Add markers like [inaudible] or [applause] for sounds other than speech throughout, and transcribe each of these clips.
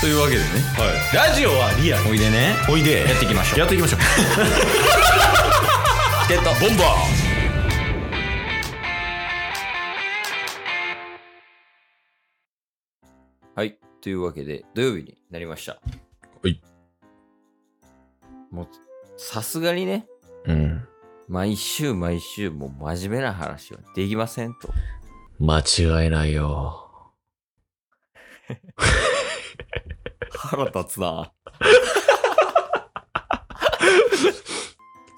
というわけでねラジオはリアルおいでねおいでやっていきましょうやっていきましょうチケットボンバーはいというわけで土曜日になりましたはいもうさすがにねうん毎週毎週もう真面目な話はできませんと間違いないよ腹立つな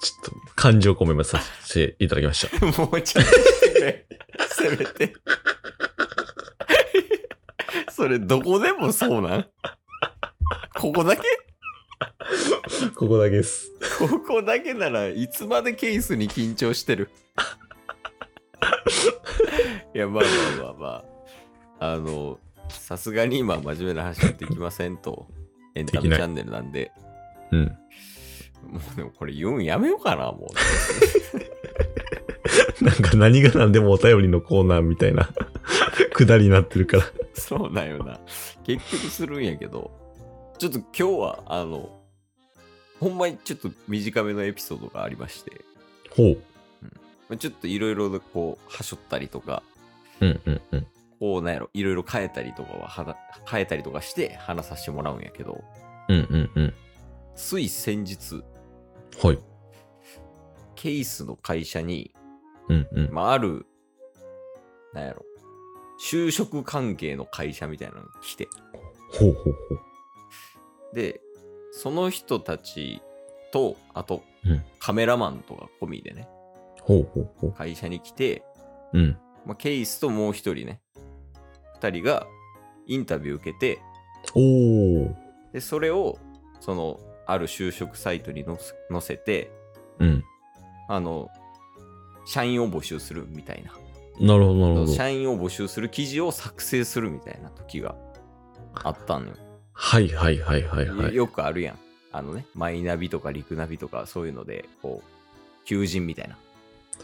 ちょっと感情込めまさせていただきましたもうちょっとしてくれ。せめて。それ、どこでもそうなんここだけ [laughs] ここだけですここだけならいつまでケースに緊張してるいや、まあまあまあまあ。あの、さすがに今、真面目な話はできませんと。エンタメチャンネルなんで。うんもうでもこれ言うんやめようかな、もなんか何が何でもお便りのコーナーみたいな [laughs] くだりになってるからう。そうだよな。結局するんやけど。ちょっと今日は、あの、ほんまにちょっと短めのエピソードがありまして、ほうまあちょっといろいろとこう、はしょったりとか、うんうんうんこうなんやろ、いろいろ変えたりとかははな、変えたりとかして話させてもらうんやけど、うんうんうんつい先日、はいケースの会社に、うんうんまあ、ある、なんやろ、就職関係の会社みたいなのが来て、ほうほうほうで、その人たちと、あとうん、カメラマンとか込みでね、ほうほうほう会社に来て、うんまあ、ケイスともう一人ね、二人がインタビュー受けて、おーで、それを、その、ある就職サイトに載せ載せて、うんあの、社員を募集するみたいな。なるほどなるほど社員を募集する記事を作成するみたいな時があったのよ。はいはいはいはいはいよくあるやん。あのね、マイナビとかリクナビとかそういうので、こう、求人みたいな。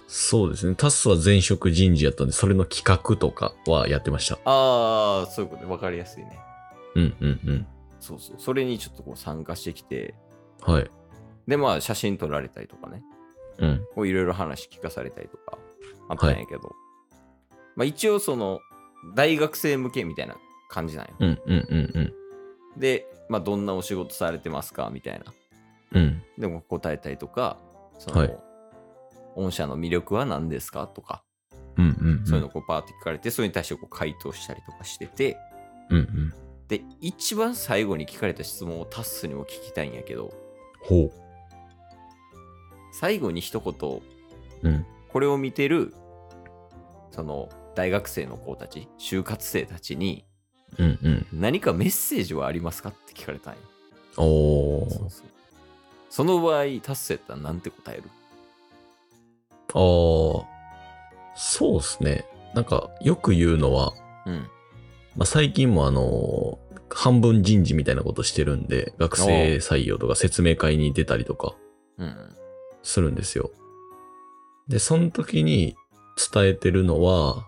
そうですね。タスは前職人事やったんで、それの企画とかはやってました。ああ、そういうことね。わかりやすいね。うんうんそうそう。それにちょっとこう参加してきて、うん。はい。で、まあ、写真撮られたりとかね。うん。こういろいろ話聞かされたりとかあったんやけど、まあ一応その大学生向けみたいな感じなんよ。うんうんうんで、まあどんなお仕事されてますかみたいな。うん。うん。でも答えたりとか、その、はい御社の魅力は何ですかとか、うんうん、うん。そういうのをこうパーって聞かれて、それに対してこう回答したりとかしてて、うんうん。で、一番最後に聞かれた質問をタッスにも聞きたいんやけど、ほ最後に一言、う。うん。これを見てる、その、大学生の子たち、就活生たちに、うんうん。何かメッセージはありますかって聞かれたんよ。おそー。の場合、達成やったらなんて答えるあー。そうですね。なんか、よく言うのは、うん。まあ、最近もあのー半分人事みたいなことしてるんで、学生採用とか説明会に出たりとかうん。するんですよ。で、その時に伝えてるのは、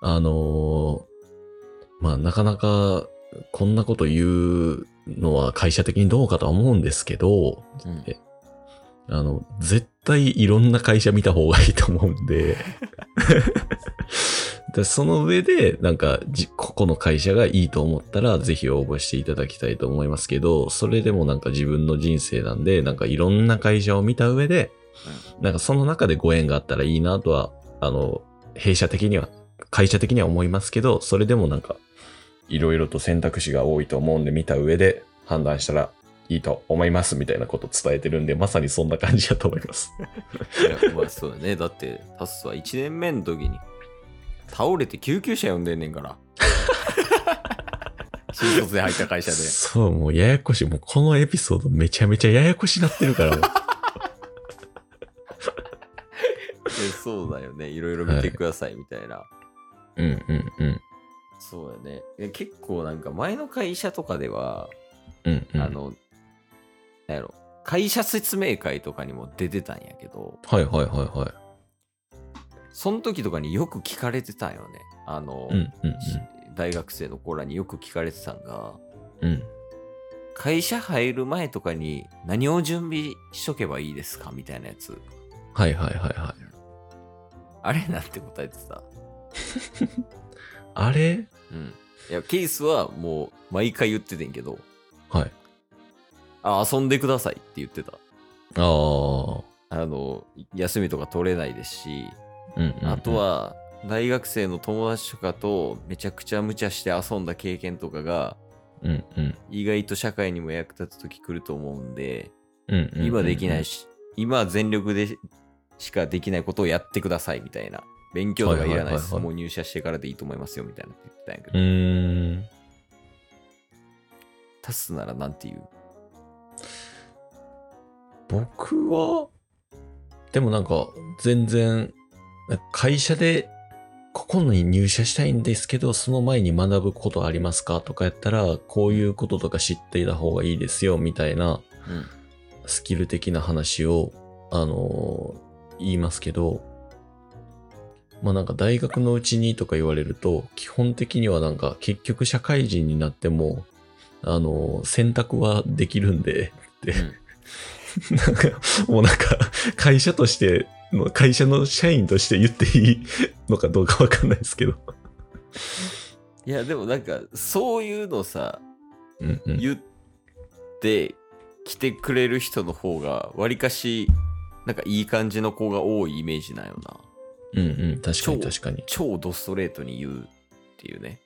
あのーまあ、なかなかこんなこと言うのは会社的にどうかとは思うんですけど、うんえあの、絶対いろんな会社見た方がいいと思うんで、でその上で、なんかじ、ここの会社がいいと思ったら、ぜひ応募していただきたいと思いますけど、それでもなんか自分の人生なんで、なんかいろんな会社を見た上で、なんかその中でご縁があったらいいなとは、あの、弊社的には、会社的には思いますけど、それでもなんか、いろいろと選択肢が多いと思うんで見た上で判断したらいいと思いますみたいなこと伝えてるんで、まさにそんな感じだと思います。いや、まあそうだね。だって、タスは1年目の時に、倒れて救急車呼んでんねん [laughs] から。新卒で入った会社で。そう、もうややこしい。もうこのエピソードめちゃめちゃややこしなってるから。もういやそうだよね。いろいろ見てくださいみたいな。 [laughs] うんうんうん。そうだね。いや結構なんか前の会社とかでは、うん、うん。あ、の、なんやろ、会社説明会とかにも出てたんやけど、はいはいはいはい。その時とかによく聞かれてたんよね。あの、うんうん大学生の子らによく聞かれてたんが、うん。会社入る前とかに何を準備しとけばいいですかみたいなやつ。はいはいはいはい。あれなんて答えてた。あれうん。いや、ケースはもう毎回言っててんけど、はい。あ、遊んでくださいって言ってた。ああ。あの、休みとか取れないですし、うんうんうんあと。は、大学生の友達とかとめちゃくちゃ無茶して遊んだ経験とかが、うんうん。意外と社会にも役立つ時来ると思うんで、うんうんうん今できない。し、今は全力でしかできないことをやってくださいみたいな。勉強とかいらないではいはいはいす。はいもう入社してからでいいと思いますよみたいなって言ってたんやけうど、ーん。タスならなんて言う僕は、でもなんか、全然、会社で、ここに入社したいんですけど、その前に学ぶことありますかとかやったら、こういうこととか知っていた方がいいですよ、みたいな、うん。スキル的な話を、あのー言いますけど、まあなんか大学のうちにとか言われると、基本的にはなんか結局社会人になっても、あのー選択はできるんで、って、 [laughs] なんか、もうなんか、会社として、会社の社員として言っていいのかどうかわかんないですけど。いや、でもなんか、そういうのさ、うんうん。言って来てくれる人の方が、わりかし、なんかいい感じの子が多いイメージなんよな。うんうん。確かに超確かに。超ドストレートに言うっていうね。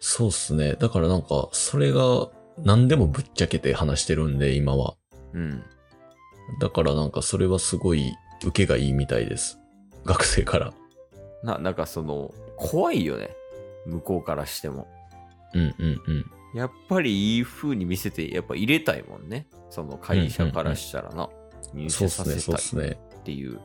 そうっすね。だからなんか、それが何でもぶっちゃけて話してるんで、今は。うん。だからなんか、それはすごい受けがいいみたいです。学生から。な、なんかその、怖いよね。向こうからしても。うんうんうん。やっぱりいい風に見せて、やっぱ入れたいもんね。その会社からしたらな。入そう社さっすね、せそうったいすね。っていう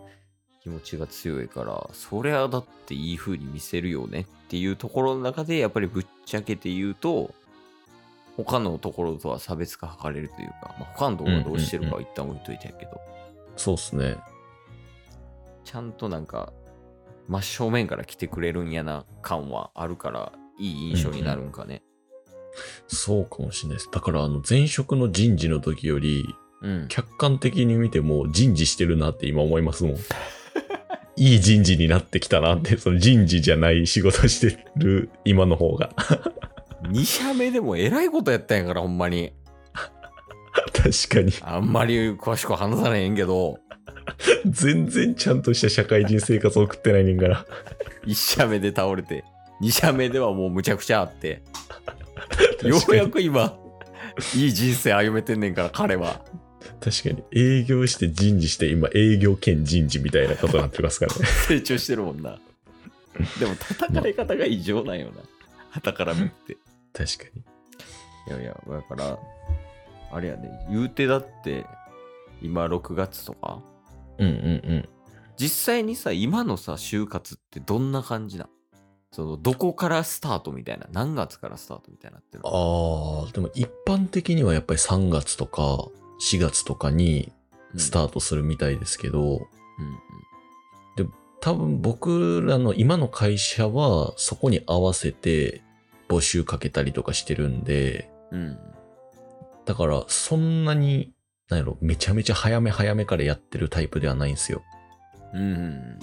気持ちが強いから、そりゃだっていい風に見せるよねっていうところの中で、やっぱりぶっちゃけて言うと、他のところとは差別化図れるというか、まあ、他のところはどうしてるかは一旦置いといてやけど、そうっすね。ちゃんとなんか、真正面から来てくれるんやな感はあるから、いい印象になるんかね。そうかもしれないです。だから、あの、前職の人事の時より、うん。客観的に見ても人事してるなって今思い [laughs] ますもん。いい人事になってきたなって、その人事じゃない仕事してる今の方が。 2社目でもえらいことやったんやから、ほんまに。確かに。あんまり詳しくは話さないんけど、全然ちゃんとした社会人生活を送ってないねんから。 1社目で倒れて、2社目ではもうむちゃくちゃあって、ようや確かく今、いい人生歩めてんねんから、彼は。に。確かに。営業して人事して、今営業兼人事みたいなことになってますからね。 [laughs] 成長してるもんな。でも、戦い方が異常なんよな。旗から見て。確かに。いやいや、だから、あれやね、言うてだって、今6月とか、うんうんうん。実際にさ、今のさ、就活ってどんな感じなんその、どこからスタートみたいな、何月からスタートみたいなってるのああ、でも一般的にはやっぱり3月とか4月とかにスート。タートするみたいですけど、うんうん多分僕らの今の会社はそこに合わせて募集かけたりとかしてるんで、うん。だからそんなに、なんやろ、めちゃめちゃ早め早めからやってるタイプではないんですよ。うんうん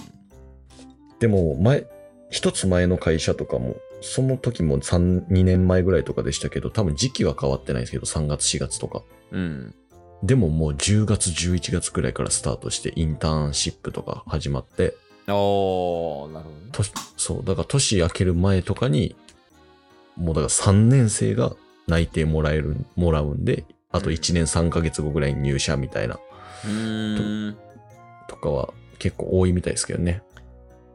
でも前、一つ前の会社とかも、その時も3、2年前ぐらいとかでしたけど、多分時期は変わってないですけど、3月、4月とか。うん。うん。でももう10月、11月くらいからスタートして、インターンシップとか始まって、おー、なるほどね。とそう、だから年明ける前とかに、もうだから3年生が内定もらえる、もらうんで、あと1年3ヶ月後ぐらいに入社みたいな、うーん。とかは結構多いみたいですけどね。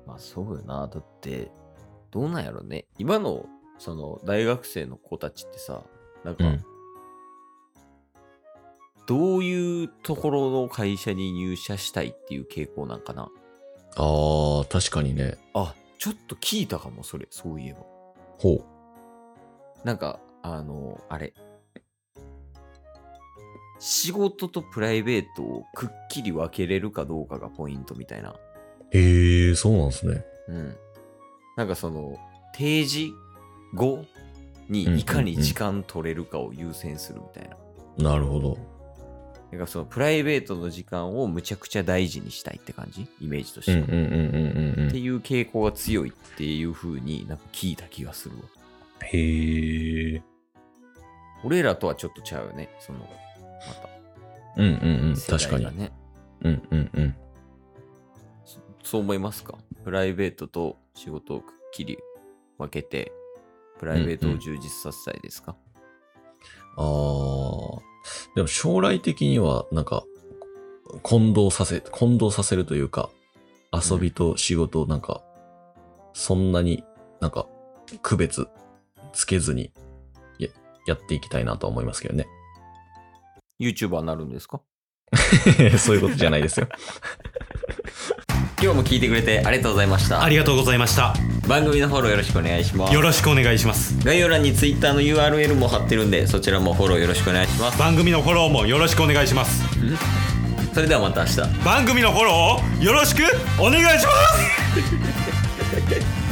まあそうよな。だって、どうなんやろね。今の、その、大学生の子たちってさ、なんか、うんどういうところの会社に入社したいっていう傾向なんかな。ああ、確かにね。あ、ちょっと聞いたかも、それ、そういえば。ほう。なんか、あの、あれ。仕事とプライベートをくっきり分けれるかどうかがポイントみたいな。へえ、そうなんですね。うん。なんかその、定時後にいかに時間取れるかを優先するみたいな。なるほど。なんかそのプライベートの時間をむちゃくちゃ大事にしたいって感じイメージとしうてんうは。んうんうんうんっうてん。いう傾向が強いっていう風になんか聞いた気がするわ。へえ。俺らとはちょっとちゃうよね。その、まうんうんうん。た、世確か代にが。ね。うんうんうん。そそう思いますかプライベートと仕事をくっきり分けて、プライベートを充実させたいですか、ああ。でも将来的には、なんか、混同させ、混同させるというか、遊びと仕事をなんか、そんなになんか、区別つけずにや、やっていきたいなとは思いますけどね。 [laughs] ?YouTuber になるんですかそういうことじゃないですよ。今日も聞いてくれてありがとうございましたあ。りがとうございました。番組のフォローよろしくお願いしますよ。ろしくお願いします。概要欄に Twitter の URL も貼ってるんで、そちらもフォローよろしくお願いします。番組のフォローもよろしくお願いします。それではまた明日。番組のフォローをよろしくお願いします